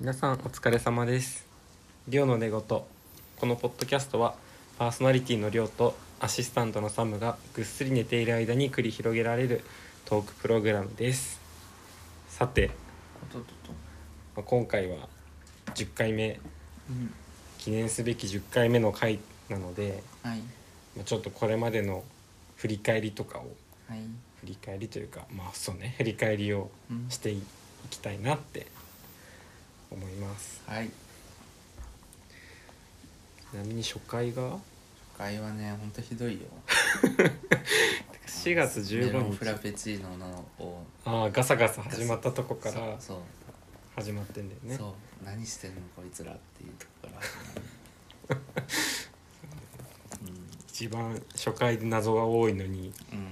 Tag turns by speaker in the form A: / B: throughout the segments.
A: 皆さんお疲れ様ですりょうの寝言このポッドキャストはパーソナリティのりょうとアシスタントのサムがぐっすり寝ている間に繰り広げられるトークプログラムですさて
B: おとっとっと
A: まあ今回は10回目
B: うん
A: 記念すべき10回目の回なので
B: はい
A: まあちょっとこれまでの振り返りとかを
B: はい
A: 振り返りというかまあそうね振り返りを
B: うん
A: していきたいなって思います
B: はい
A: ちなみに初回が
B: 初回はねほんとひどいよ
A: 4月
B: メロ
A: 15
B: ン
A: 日
B: フラペチーノのを
A: ああガサガサ始まったとこか
B: そう
A: ら
B: そう,、
A: 始まってんだよね
B: そう何してんのこいつらっていうとこから 始まる
A: 一番初回で謎が多いのにい
B: うん、うん、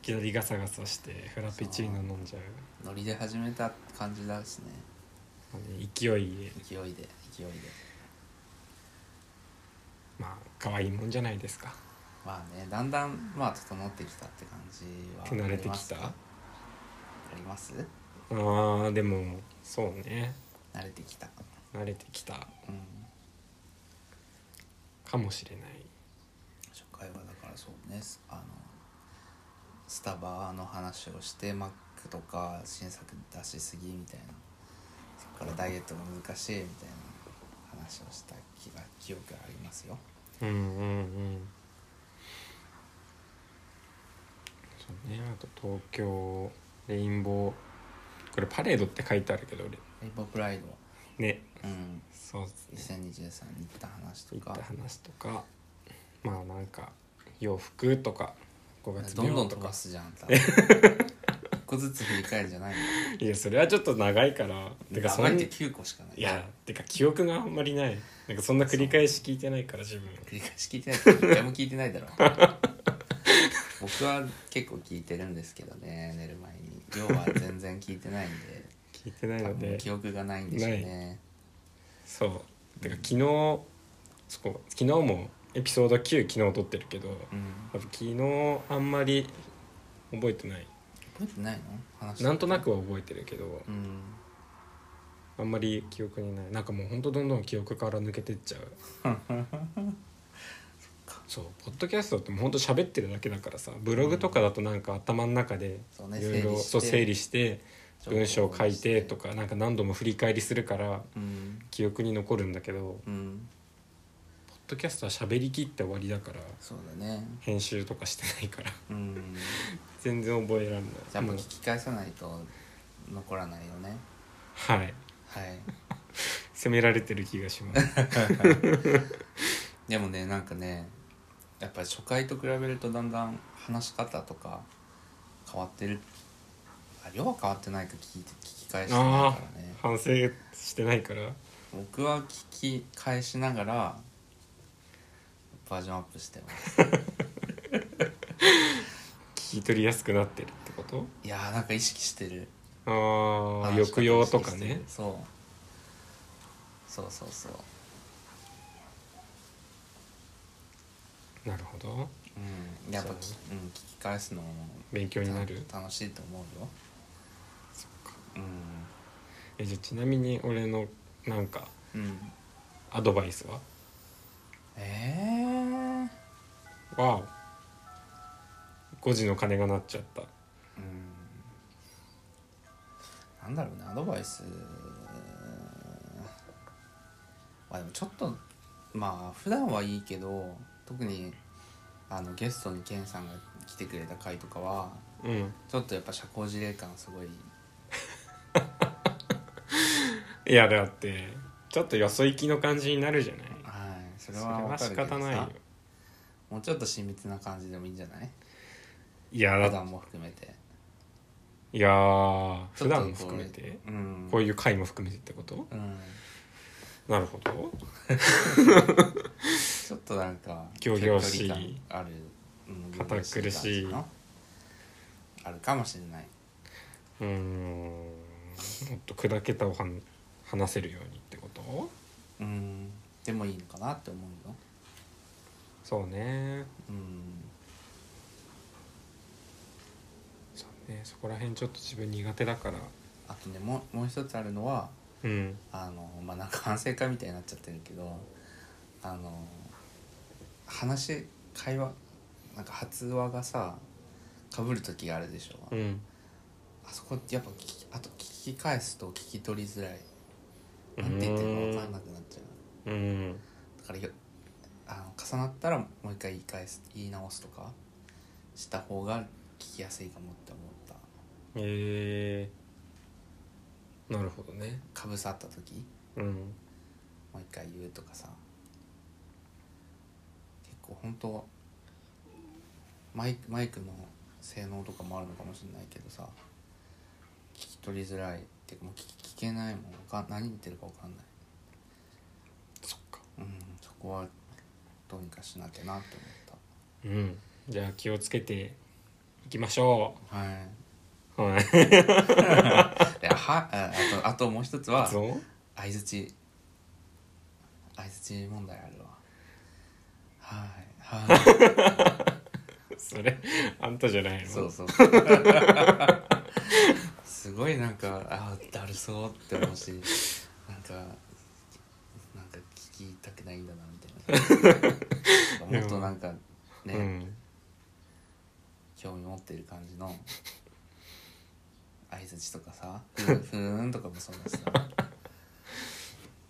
A: きなりガサガサしてフラペチーノ飲んじゃう
B: ノリで始めた感じだしね
A: まあね勢いで
B: 勢いで勢いで
A: まあ可愛いもんじゃないですか
B: まあねだんだんまあ整ってきたって感じは
A: 手慣れて
B: ありま
A: き
B: す
A: たあ
B: あります
A: ーでもそうね
B: 慣れてきた
A: 慣れてきた
B: うん
A: かもしれない
B: 初回はだからそうねすあのスタバの話をしてマックとか新作出しすぎみたいなそこからダイエットが難しいみたいな話をした気が記憶がありますよ
A: うんうんうんそうねあと東京レインボーこれパレードって書いてあるけど俺
B: レインボープライド
A: ね
B: うん
A: そうですね
B: 2023に行った話と
A: 行った
B: か
A: 話とかまあなんか洋服とか5月
B: どんど
A: 病
B: ん
A: と
B: 飛
A: か
B: ばすじゃんあんた 一個ずつ振り返るんじゃない
A: いやそれはちょっと長いからてか
B: の
A: そん
B: 長いっ
A: な
B: て
A: い
B: 9個しかない
A: やてか記憶があんまりないなんかそんな繰り返し聞いてないから自分
B: 繰り返し聞いてないから一回も聞いてないだろ 僕は結構聞いてるんですけどね寝る前に量は全然聞いてないんで
A: 聞いてない
B: 多
A: の
B: 分
A: で
B: 記憶がないんでしょうね
A: そうてか昨日そこ昨日もエピソード9昨日撮ってるけど
B: うん
A: 多分昨日あんまり覚えてない
B: 覚えてないの話
A: なんとなくは覚えてるけど
B: うん
A: あんまり記憶にないなんかもうほんとどんどん記憶から抜けてっ ちゃうそうポッドキャストってもうほんと喋ってるだけだからさブログとかだとなんか頭の中で
B: そうね
A: いろいろそう整
B: 整理
A: 理
B: し
A: して
B: て
A: 文章書いてとかなんか何度も振り返りするから
B: うん
A: 記憶に残るんだけど
B: うん
A: ポッドキャストは喋りきって終わりだから
B: そうだね
A: 編集とかしてないから
B: うん
A: 全然覚えらんない
B: じゃあもう
A: もう
B: 聞き返さないと残らないよね
A: はい
B: はい
A: 責められてる気がします
B: でもねなんかねやっぱり初回と比べるとだんだん話し方とか変わってるあ量は変わってないか聞いて聞き返してない
A: あ
B: か
A: あ
B: らね
A: 反省してないから
B: 僕は聞き返しながらバージョンアップしてます
A: 聞き取りやすくなってるってこと
B: いやーなんか意識してる
A: ああ
B: 話し
A: 抑
B: 方
A: 揚と
B: 意
A: か
B: 識して
A: ね
B: るそうそうそうそう
A: なるほど
B: うんやっぱき
A: そう
B: うん、聞き返すのも
A: 勉強になる
B: 楽しいと思うよ
A: そっか
B: う
A: えじゃあちなみに俺のなんか
B: んうん
A: アドバイスは
B: ええ
A: は5時の鐘が鳴っちゃった
B: なんだろうねアドバイスまあでもちょっとまあ普段はいいけど特にあのゲストにケンさんが来てくれた回とかは
A: うん
B: ちょっとやっぱ社交辞令感すごい
A: いやだってちょっとよそ行きの感じになるじゃない
B: はいそ
A: そ
B: れ
A: れ
B: は
A: は
B: わか
A: 仕
B: るけどさ
A: 方ないよ
B: もうちょっと親密な感じでもいいんじゃない
A: いや
B: 普
A: だ
B: 段も含めて
A: いやー
B: ちょ
A: 普
B: っとこう
A: 段も含めて
B: うん
A: こういう回も含めてってこと
B: うん
A: なるほど
B: ちょっとなんか
A: 仰々しい
B: 距離感ある、うん
A: 堅苦しい
B: 仰々しい感じのあるかもしれないう
A: ーんもっと砕けたおはん話せるようにってこと
B: うんでもいいのかなって思うよ
A: そうね
B: うん
A: そうねそこら辺ちょっと自分苦手だから
B: あとねもうもう一つあるのは
A: うん
B: あのまあなんか反省会みたいになっちゃってるけどあの話会話なんか発話がさかぶる時があるでしょ、
A: うん
B: あそこやっぱ聞きあと聞き返すと聞き取りづらいなんて言ってるか分かんな
A: う
B: くなっちゃうん
A: うん
B: だからよあの重なったらもう一回言い返す言い直すとかした方が聞きやすいかもって思った
A: えー、なるほどね
B: かぶさった時
A: うん
B: もう一回言うとかさ結構本当マイクマイクの性能とかもあるのかもしれないけどさ聞き取りづらいっていうかもう聞き聞けないもんわかん何言ってるか分かんない
A: そっか
B: うんそこはどうにかしなきゃなって思っ
A: うんじゃあ気をつけていきましょ
B: たはいう
A: はい
B: ではああとあともう一つは
A: 発音
B: 相づち相づち問題あるわはいはい
A: それあんたじゃないの
B: そうそう そうすごいなんかあだるそうって思うしなんかなんか聞きたくないんだなみたいなもっとなんかね、
A: うん
B: 興味持ってる 感じの相づちとかさ「ふーんふーん」とかもそうだしさ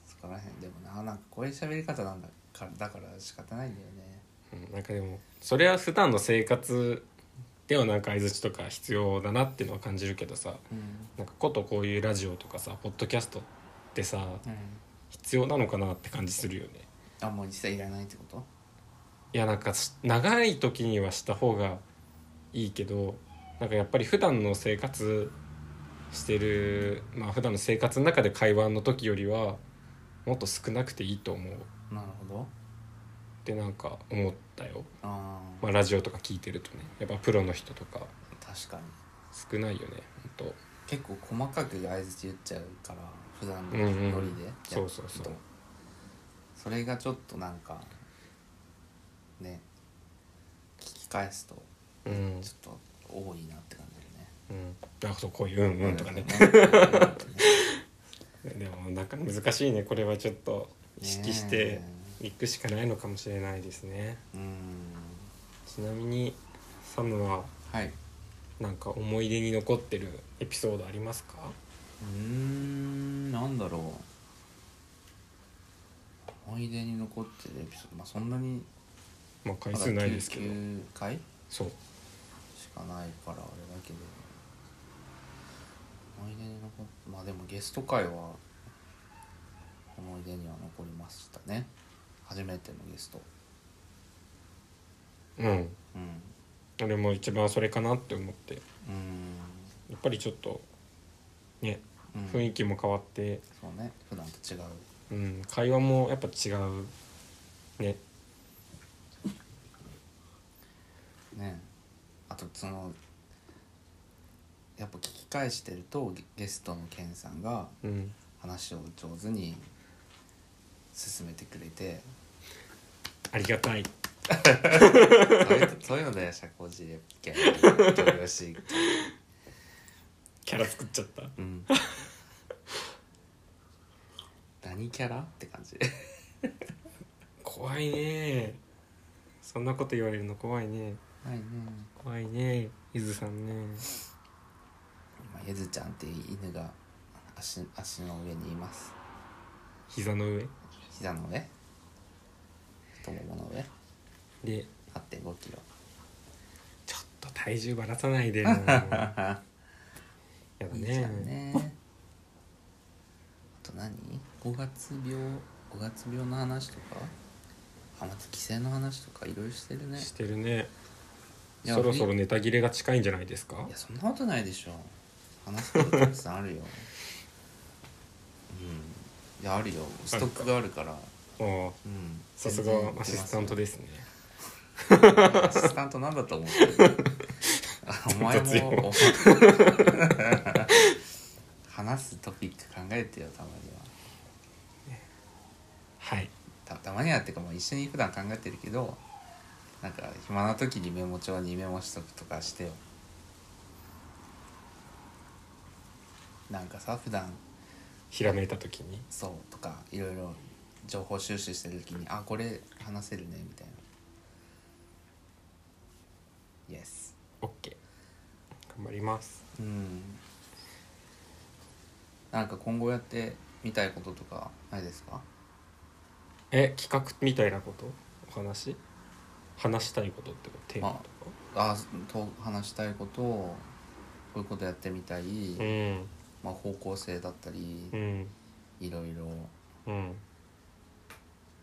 B: そこら辺でもななんかこういう喋り方なんだからだから仕方ないんだよね
A: うんなんかでもそれは普段の生活ではなんか相づちとか必要だなっていうのは感じるけどさ
B: うん、
A: なんかことこういうラジオとかさポッドキャストってさ
B: うん、
A: 必要なのかなって感じするよね
B: あもう実際いらないってこと
A: いやなんかし長い時にはした方がいいけどなんかやっぱり普段の生活してるまあ普段の生活の中で会話の時よりはもっと少なくていいと思うっ
B: なるほど
A: てなんか思ったよ、
B: あー
A: まあ、ラジオとか聞いてるとねやっぱプロの人とか
B: 確かに
A: 少ないよねほんと
B: 結構細かく相づち言っちゃうから普段の
A: うんうん
B: ノリでやってると、
A: そうそうそう
B: それがちょっとなんかね聞き返すと
A: うん
B: ちょっと多いなって感じるね
A: うんあそうこういう「うんうん」とかねでもなんか難しいねこれはちょっと意識していくしかないのかもしれないですね
B: うーん
A: ちなみにサムは
B: はい。う
A: なんか思い出に残ってるエピソードありますか
B: ーん、なんだろう。思い出に残ってるエピソード、まあそんなに
A: まあ回数ないですけど
B: 9回し
A: そう
B: かないからあれだけど。思い出に残っまあでもゲスト会は思い出には残りましたね。初めてのゲスト。
A: うん
B: うん。
A: 俺も一番それかなって思って
B: うーん。
A: やっぱりちょっとね
B: うん、
A: 雰囲気も変わって、
B: そうね。普段と違う。
A: うん、会話もやっぱ違うね
B: ねあとそのやっぱ聞き返してるとゲゲストのケンさんが
A: うん
B: 話を上手に進めてくれて
A: ありがたい
B: そういう そういうので社交辞令系のよし、
A: キャラ作っちゃった
B: うん、何キャラって感じ
A: 怖いねそんなこと言われるの怖いね
B: はいね、
A: 怖いねゆずさんね
B: まあ、ゆずちゃんっていう犬が足足の上にいます
A: 膝の上
B: 膝の上太ももの上
A: で
B: 8.5キロ
A: ちょっと体重ばらさないで もうやだ
B: いい
A: ね
B: じゃんね。あと何 ?5 月病、5月病の話とかあ、また帰省の話とかいろいろしてるね。
A: してるね
B: いや
A: そろそろネタ切れが近いんじゃないですか
B: いや、そんなことないでしょ。話すことたくさんあるよ。うん。いや、あるよ。ストックがあるから。
A: ああ
B: うん。
A: さすが
B: 全然いけ
A: ア
B: ます
A: シ
B: よ
A: スタントですね
B: アシスタントなんだと思 ってるあお前
A: 雑用
B: も 話すトピック考えてよたまには
A: はい
B: たたまにはっていうかもう一緒に普段考えてるけどなんか暇な時にメモ帳にメモしとくとかしてよなんかさ普段
A: ひらめいた時に
B: そうとかいろいろ情報収集してる時にあこれ話せるねみたいな Yes
A: OK 頑張ります
B: うんなんか今後やってみたいこととかないですか
A: え企画みたいなことお話話したいことってことテーマとか
B: あと話したいことをこういうことやってみたい、
A: うん
B: まあ、方向性だったり
A: うん
B: いろいろ
A: うん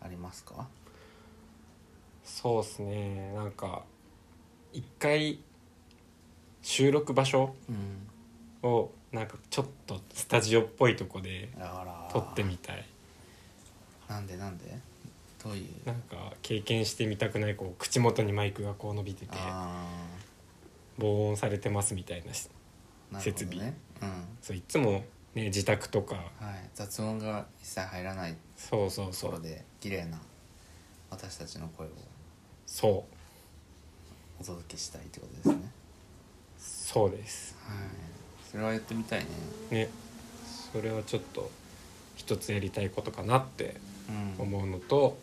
B: ありますか
A: そうっすねなんか一回収録場所
B: うん
A: をなんかちょっとスタジオっぽいとこで
B: だから
A: 撮ってみたい
B: なんでなんでどういう
A: なんか経験してみたくないこう口元にマイクがこう伸びてて
B: あ
A: 防音されてますみたいなし
B: あ
A: 設備
B: ねうん
A: そういつもね自宅とか
B: はい、雑音が一切入らない
A: そうそう
B: と
A: そ
B: ころ
A: う
B: で綺麗な私たちの声を
A: そう
B: お届けしたいってことですね
A: そうです
B: はいそれはやってみたいね
A: ねそれはちょっと一つやりたいことかなって
B: うん
A: 思うのと、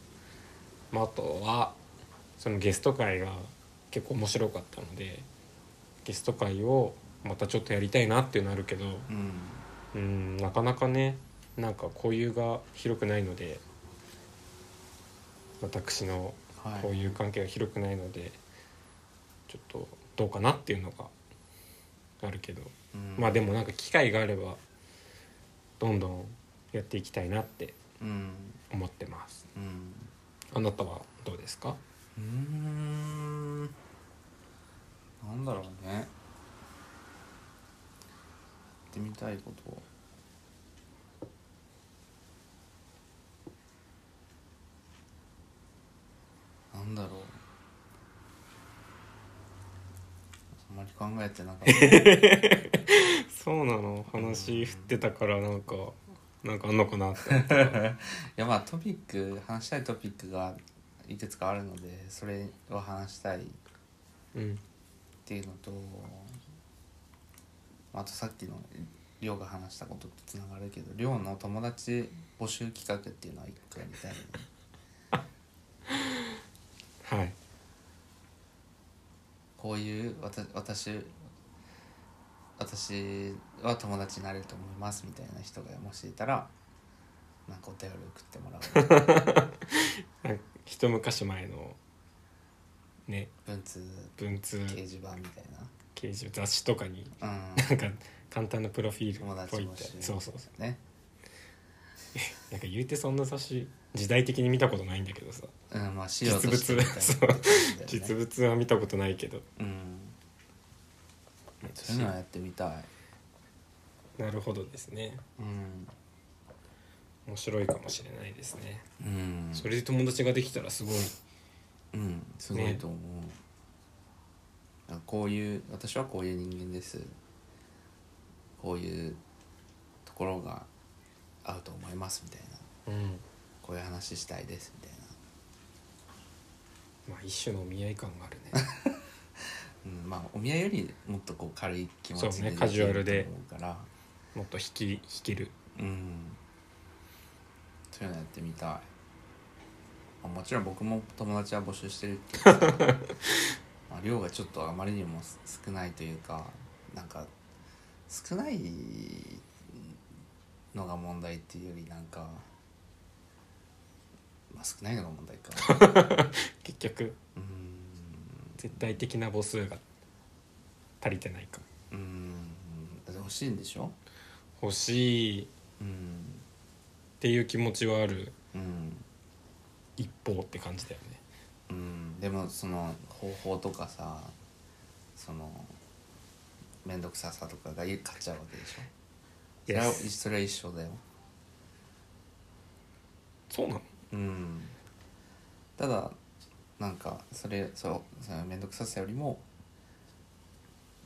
A: まあ、あとはそのゲスト会が結構面白かったのでゲスト会をまたちょっとやりたいなっていうのあるけどう
B: うん
A: んなかなかねなんか交友が広くないので私の
B: はい
A: 交友関係が広くないので、ちょっとどうかなっていうのがあるけど
B: うん
A: まあでもなんか機会があればどんどんやっていきたいなって
B: うん
A: 思ってます
B: うん
A: あなたはどうですか
B: うーんなんだろうねやってみたいことなんだろうあんまり考えてなかっ
A: そうなの話振ってたからなんかなんかあんのかなって思った
B: いやまあトピック話したいトピックがいくつかあるのでそれを話したい
A: て、 うん、
B: っていうのとあとさっきの亮が話したこととつながるけど亮の友達募集企画っていうのは一個やりたいね
A: はい
B: こういうわた私私は友達になれると思いますみたいな人がもしいたらなんかお便り送ってもら う
A: なんか一昔前のね
B: 文通
A: 文通
B: 掲示板みたい
A: 掲示雑誌とかに
B: な
A: なんか簡単なプロフィール
B: 友
A: っ
B: 達
A: ぽいっ
B: 募
A: て
B: 集
A: そうそうそ
B: うんね
A: うなんか言うてそんな雑誌時代的に見たことないんだけどさ
B: うんまあ資料とし
A: 実物
B: てみたいな
A: そう
B: 感じだよね
A: 実物は見たことないけど
B: うんそういうのはやってみたい
A: なるほどですね
B: うん
A: 面白いかもしれないですね、
B: うん
A: それで友達ができたらすごい
B: うんすごいと思う、あこういう私はこういう人間ですこういうところが合うと思いますみたいな
A: うん
B: こういう話したいですみたい
A: まあ一種のお見合い感がある ね
B: な、うん、まあお見合いよりもっとこう軽い気持ちで
A: そうね
B: でき
A: カ
B: る
A: ジュアルで
B: と思うから
A: もっと引き引ける
B: うんそういうのやってみたいあもちろん僕も友達は募集してるけどさまあ量がちょっとあまりにも少ないというかなんか少ないのが問題っていうよりなんかまあ少ないのが問題か
A: 結局
B: うん
A: 絶対的な母数が足りてないか
B: うん欲しいんでしょ
A: 欲しいっ
B: うん
A: ていう気持ちはある
B: うん
A: 一方って感じだよね
B: うんでもその方法とかさその面倒くささとかが勝っちゃうわけでしょそれは
A: Yes
B: それは一緒だよ
A: そうなの
B: うんただなんかそれそうその面倒くささよりも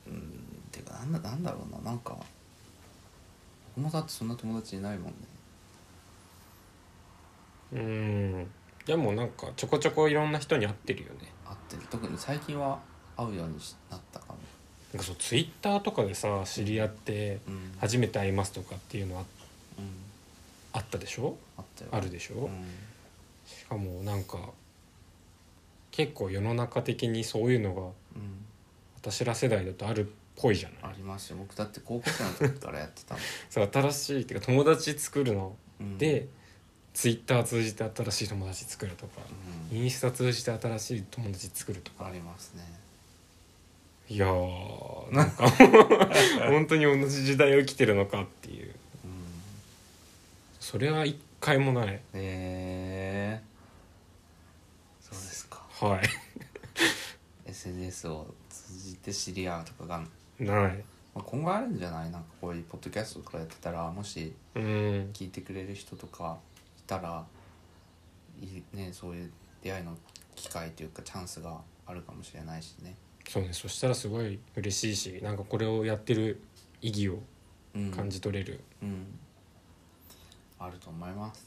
B: うんていうかなんだなんだろうななんか僕もだってそんな友達いないもんね
A: うんでもなんかちょこちょこいろんな人に会ってるよね
B: 会ってる特に最近は会うようにしなったかも、
A: なんかそうツイッターとかでさ知り合って
B: うん
A: 初めて会いますとかっていうのは
B: うん
A: あったでしょ
B: あったよ
A: あるでしょ、
B: うん
A: しかもなんか結構世の中的にそういうのが
B: うん
A: 私ら世代だとあるっぽいじゃな
B: あ
A: い
B: りますよ僕だって高校生の時からやってたもん、
A: そう新しいっていうか友達作るの
B: うん、
A: で、ツイッター通じて新しい友達作るとか、
B: うん、
A: インスタ通じて新しい友達作るとか
B: ありますね
A: いやーなんか 本当に同じ時代を生きてるのかっていう
B: うん
A: それは一回もない
B: えー、そうですか
A: は
B: SNS を通じて知り合うとかが、ま
A: いない
B: あ、今後あるんじゃないなんかこういうポッドキャストとかやってたらもし
A: うん
B: 聞いてくれる人とかいたらいいねそういう出会いの機会というかチャンスがあるかもしれないしね、
A: そうねそしたらすごい嬉しいしなんかこれをやってる意義を
B: うん、
A: 感じ取れる、
B: うんあると思います、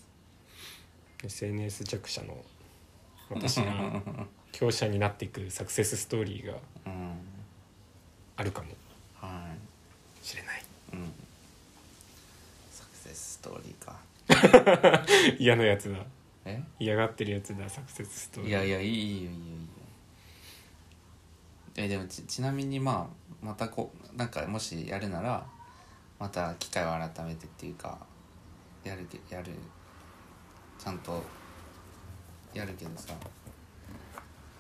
A: SNS 弱者の私が強者になっていくサクセスストーリーが
B: うん、
A: あるかも
B: は
A: しれない
B: い、うん、サクセスストーリーか
A: 嫌なやつだ
B: え
A: 嫌がってるやつだサクセスストーリー
B: いやいやいいよいいよいいよえでもちちなみにまあまたこうなんかもしやるならまた機会を改めてっていうかやるけやるちゃんとやるけどさ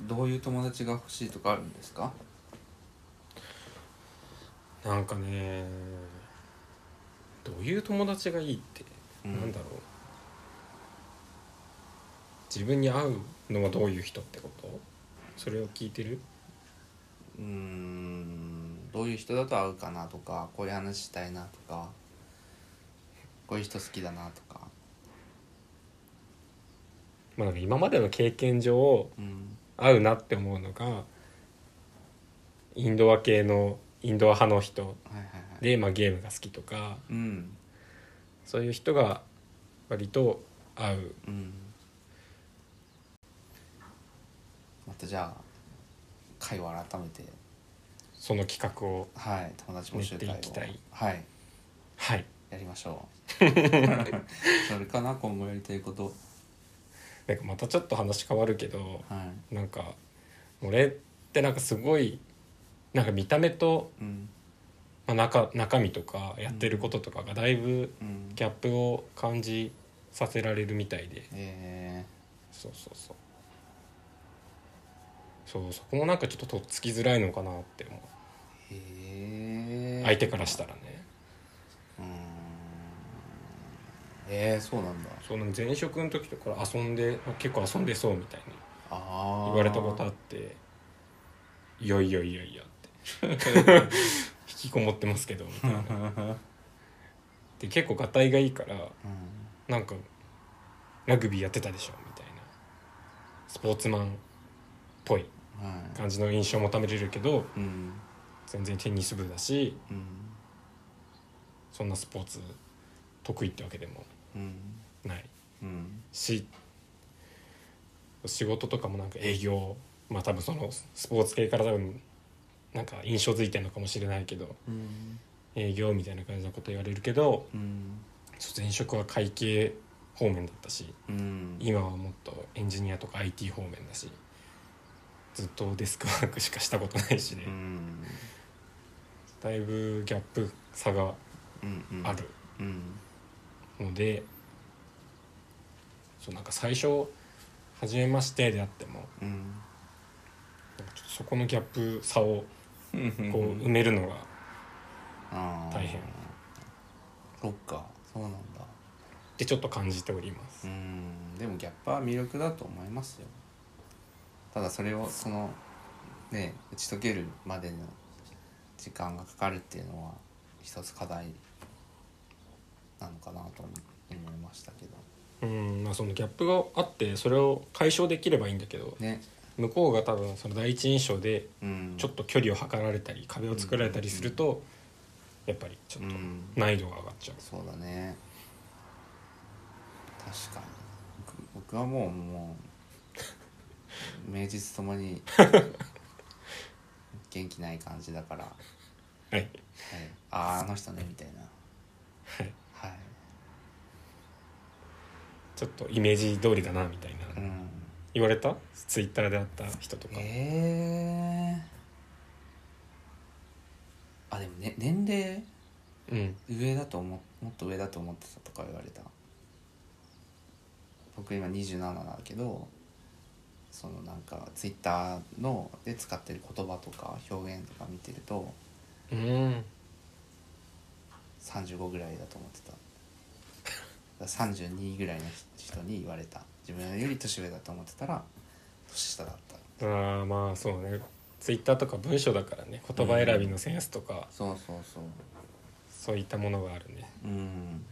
B: どういう友達が欲しいとかあるんですか
A: なんかねどういう友達がいいって、
B: うん
A: なんだろう自分に合うのはどういう人ってことそれを聞いてる
B: うーんどういう人だと合うかなとかこういう話したいなとかこういう人好きだなとか
A: まあなんか今までの経験上
B: うん
A: 合うなって思うのがインドア系のインドア派の人
B: はいはいはい
A: で、まあ、ゲームが好きとか
B: うん
A: そういう人が割と合う
B: うんまたじゃあ会を改めて
A: その企画を
B: はい友達募集会を
A: 練っていきたい
B: はい
A: はい
B: やりましょ うそれかな今後やりたいこと
A: なんかまたちょっと話変わるけど
B: は
A: なんか俺ってなんかすごいなんか見た目と、
B: いうん
A: まあ、中中身とかやってることとかがだいぶ
B: うん
A: ギャップを感じさせられるみたいで
B: え
A: そうそうそうそうそこもなんかちょっととっつきづらいのかなって思う
B: ー、えー、
A: 相手からしたらね
B: うーんえー、そうなんだ
A: そうなんか前職の時とか遊んで結構遊んでそうみたいな
B: ああ
A: 言われたことあって「いやいやいやいや」って 引きこもってますけどみたいな。で結構がたいがいいから
B: うん
A: なんかラグビーやってたでしょみたいなスポーツマンっぽい
B: はい
A: 感じの印象も保れるけど
B: うん
A: 全然テニス部だし
B: うん
A: そんなスポーツ得意ってわけでも
B: うん
A: ない
B: うん
A: し仕事とかもなんか営業まあ多分そのスポーツ系から多分なんか印象づいてるのかもしれないけど
B: うん
A: 営業みたいな感じのこと言われるけど
B: うん
A: そう前職は会計方面だったし
B: うん
A: 今はもっとエンジニアとか IT 方面だしずっとデスクワークしかしたことないしね、
B: うん
A: だいぶギャップ差が
B: うんうん
A: ある
B: うん
A: ので、そうなんか最初「初めまして」であっても
B: うん
A: なんかちょっとそこのギャップ差をこう埋
B: ん
A: めるのが、
B: あー
A: 大変
B: そっかそうなんだ
A: でちょっと感じておりま
B: う
A: す、
B: んでもギャップは魅力だと思いますよただそれをそのね打ち解けるまでの時間がかかるっていうのは一つ課題なのかなと思思いましたけど
A: うんまあ、そのギャップがあってそれを解消できればいいんだけど
B: ね
A: 向こうが多分その第一印象で
B: うん
A: ちょっと距離を測られたり壁を作られたりするとやっぱりちょ
B: う
A: っと
B: ん
A: 難易度が上がっちゃう
B: そうだね確かに僕僕はもうもう 名実ともに元気ない感じだから、はい、
A: はい
B: あああの人ねみたいな
A: はい
B: はい
A: ちょっとイメージ通りだなみたいな
B: うん
A: 言われたツイッターで会った人とか、
B: えー、あでも、ね、年齢
A: うん
B: 上だと思もっと上だと思ってたとか言われた僕今27だけどそのなんかツイッターので使ってる言葉とか表現とか見てると
A: うん
B: 35ぐらいだと思ってただから32ぐらいの人に言われた自分より年上だと思ってたら年下だった
A: あーまあそうねツイッターとか文章だからね言葉選びのセンスとか、
B: そうそうそう
A: そういったものがあるね
B: うん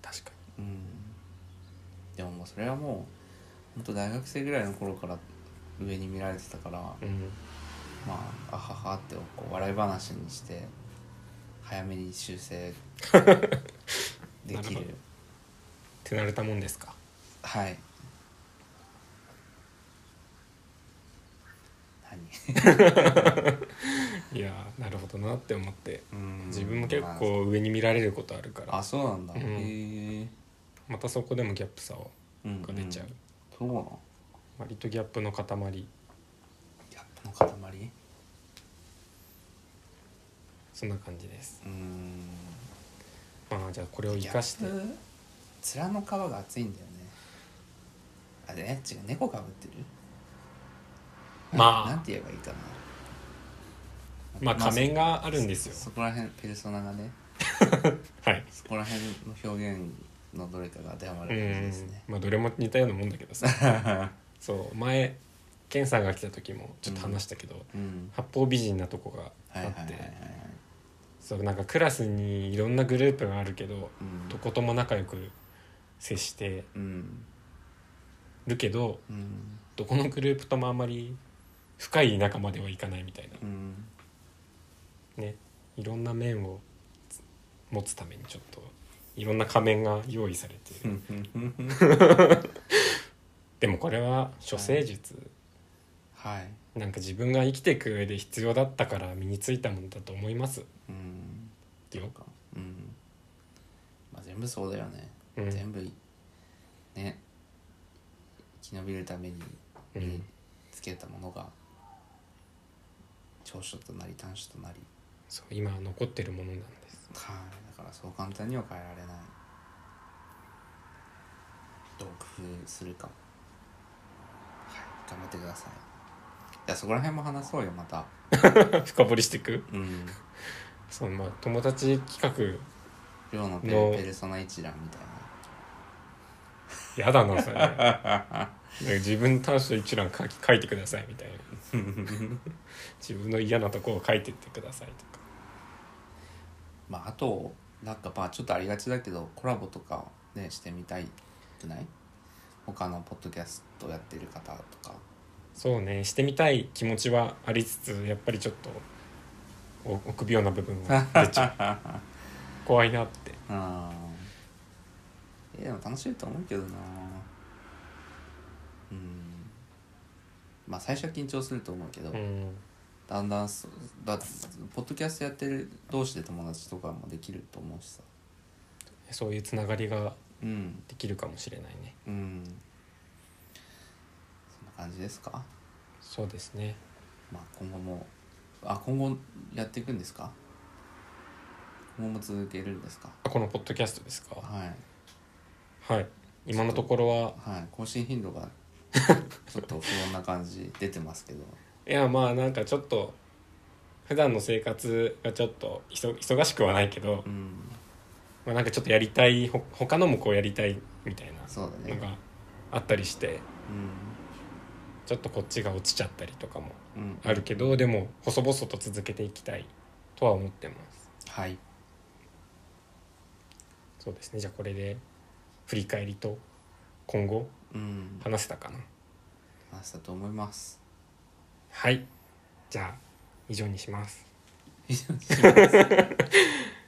A: 確か
B: うんでももうそれはもう本当大学生ぐらいの頃から上に見られてたから
A: にうん
B: まああははってこう笑い話にして早めに修 正で
A: なる
B: き
A: ほ
B: る
A: ど手慣れたもんですか
B: はい何
A: いやーなるほどなって思って
B: うん
A: 自分も結構上に見られることあるか
B: あ
A: ら
B: そうなんだ、
A: うん
B: へえ、
A: またそこでもギャップさを
B: うん
A: が出ちゃう、
B: んそうなの
A: 割とギャップの塊
B: ギャップの塊
A: そんな感じです
B: うん
A: まあじゃあこれを生かして
B: ギャップ面の皮が厚いんだよねあれ違う猫かぶってるななん
A: まあ
B: て言えばいいかな
A: まあ仮面があ
B: あ
A: るんですよ
B: そそこら辺ペルソナがね
A: はい
B: そこら辺の表現のどれかが当てはま
A: う
B: る感じです
A: ん
B: ね
A: まあどれも似たようなもんだけど さそう前ケンさんが来た時もちょっと話したけど、
B: うん
A: 八方美人なとこが
B: はい
A: あ
B: はい
A: っ
B: はいはい
A: てそうなんかクラスにいろんなグループがあるけど
B: うん
A: どことも仲良く接して
B: うん
A: るけど
B: うん
A: どこのグループともあんまり深い仲まではいかないみたい
B: うん
A: なねいろんな面を持つためにちょっといろんな仮面が用意されて
B: う
A: る
B: ん
A: でもこれは処世術、
B: はい
A: なんか自分が生きていく上で必要だったから身についたものだと思います
B: うん
A: よ
B: そうかうんまあ全部そうだよね
A: うん
B: 全部いね生き延びるために
A: う
B: 身に
A: ん
B: つけたものが長所となり短所となり
A: そう今は残ってるものなんです
B: はいだからそう簡単には変えられないどう工夫するかはい頑張ってくださいじゃあそこら辺も話そうよまた
A: 深掘りしていく
B: うん
A: そうまあ友達企
B: 今日のペ
A: の
B: ペルソナ一覧みたいな
A: 画やだなそれなんか 自分短所一覧書き書いてくださいみたいな 自分の嫌なとこを書いてってくださいとか
B: まああとなんかまあちょっとありがちだけどコラボとかねしてみたいくない他のポッドキャストやってる方とか
A: そうねしてみたい気持ちはありつつやっぱりちょっとお臆病な部分が出ちゃう 怖いなって
B: うんえでも楽しいと思うけどなうんまあ最初は緊張すると思うけど、
A: うん
B: だんだんそだってポッドキャストやってる同士で友達とかもできると思うしさ
A: そういうつながりが
B: うん
A: できるかもしれないね
B: うんそんな感じですか
A: そうですね
B: まあ今後もあ今後やっていくんですか今後も続けるんですか
A: あこのポッドキャストですか
B: はい
A: はい今のところは
B: はい更新頻度がちょっと不穏な感じ出てますけど
A: いやまあなんかちょっと普段の生活がちょっといそ忙しくはないけど
B: う、ん
A: まあ、なんかちょっとやりたいほ他のもこうやりたいみたいな
B: そうだ
A: の
B: ね
A: があったりして
B: う
A: ちょっとこっちが落ちちゃったりとかも
B: ん、うん、
A: あるけどでも細々と続けていきたいとは思ってます
B: はい
A: そうですねじゃあこれで振り返りと今後
B: うん
A: 話せたかな
B: 話したと思い ます
A: はいじゃあ以上にします
B: 以上にします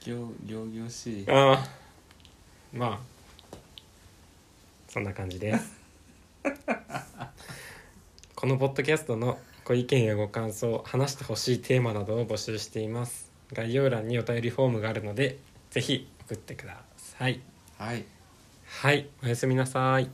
B: 行行々しい
A: ああまあそんな感じですこのポッドキャストのご意見やご感想話してほしいテーマなどを募集しています概要欄にお便りフォームがあるのでぜひ送ってください
B: はい
A: はいおやすみなさい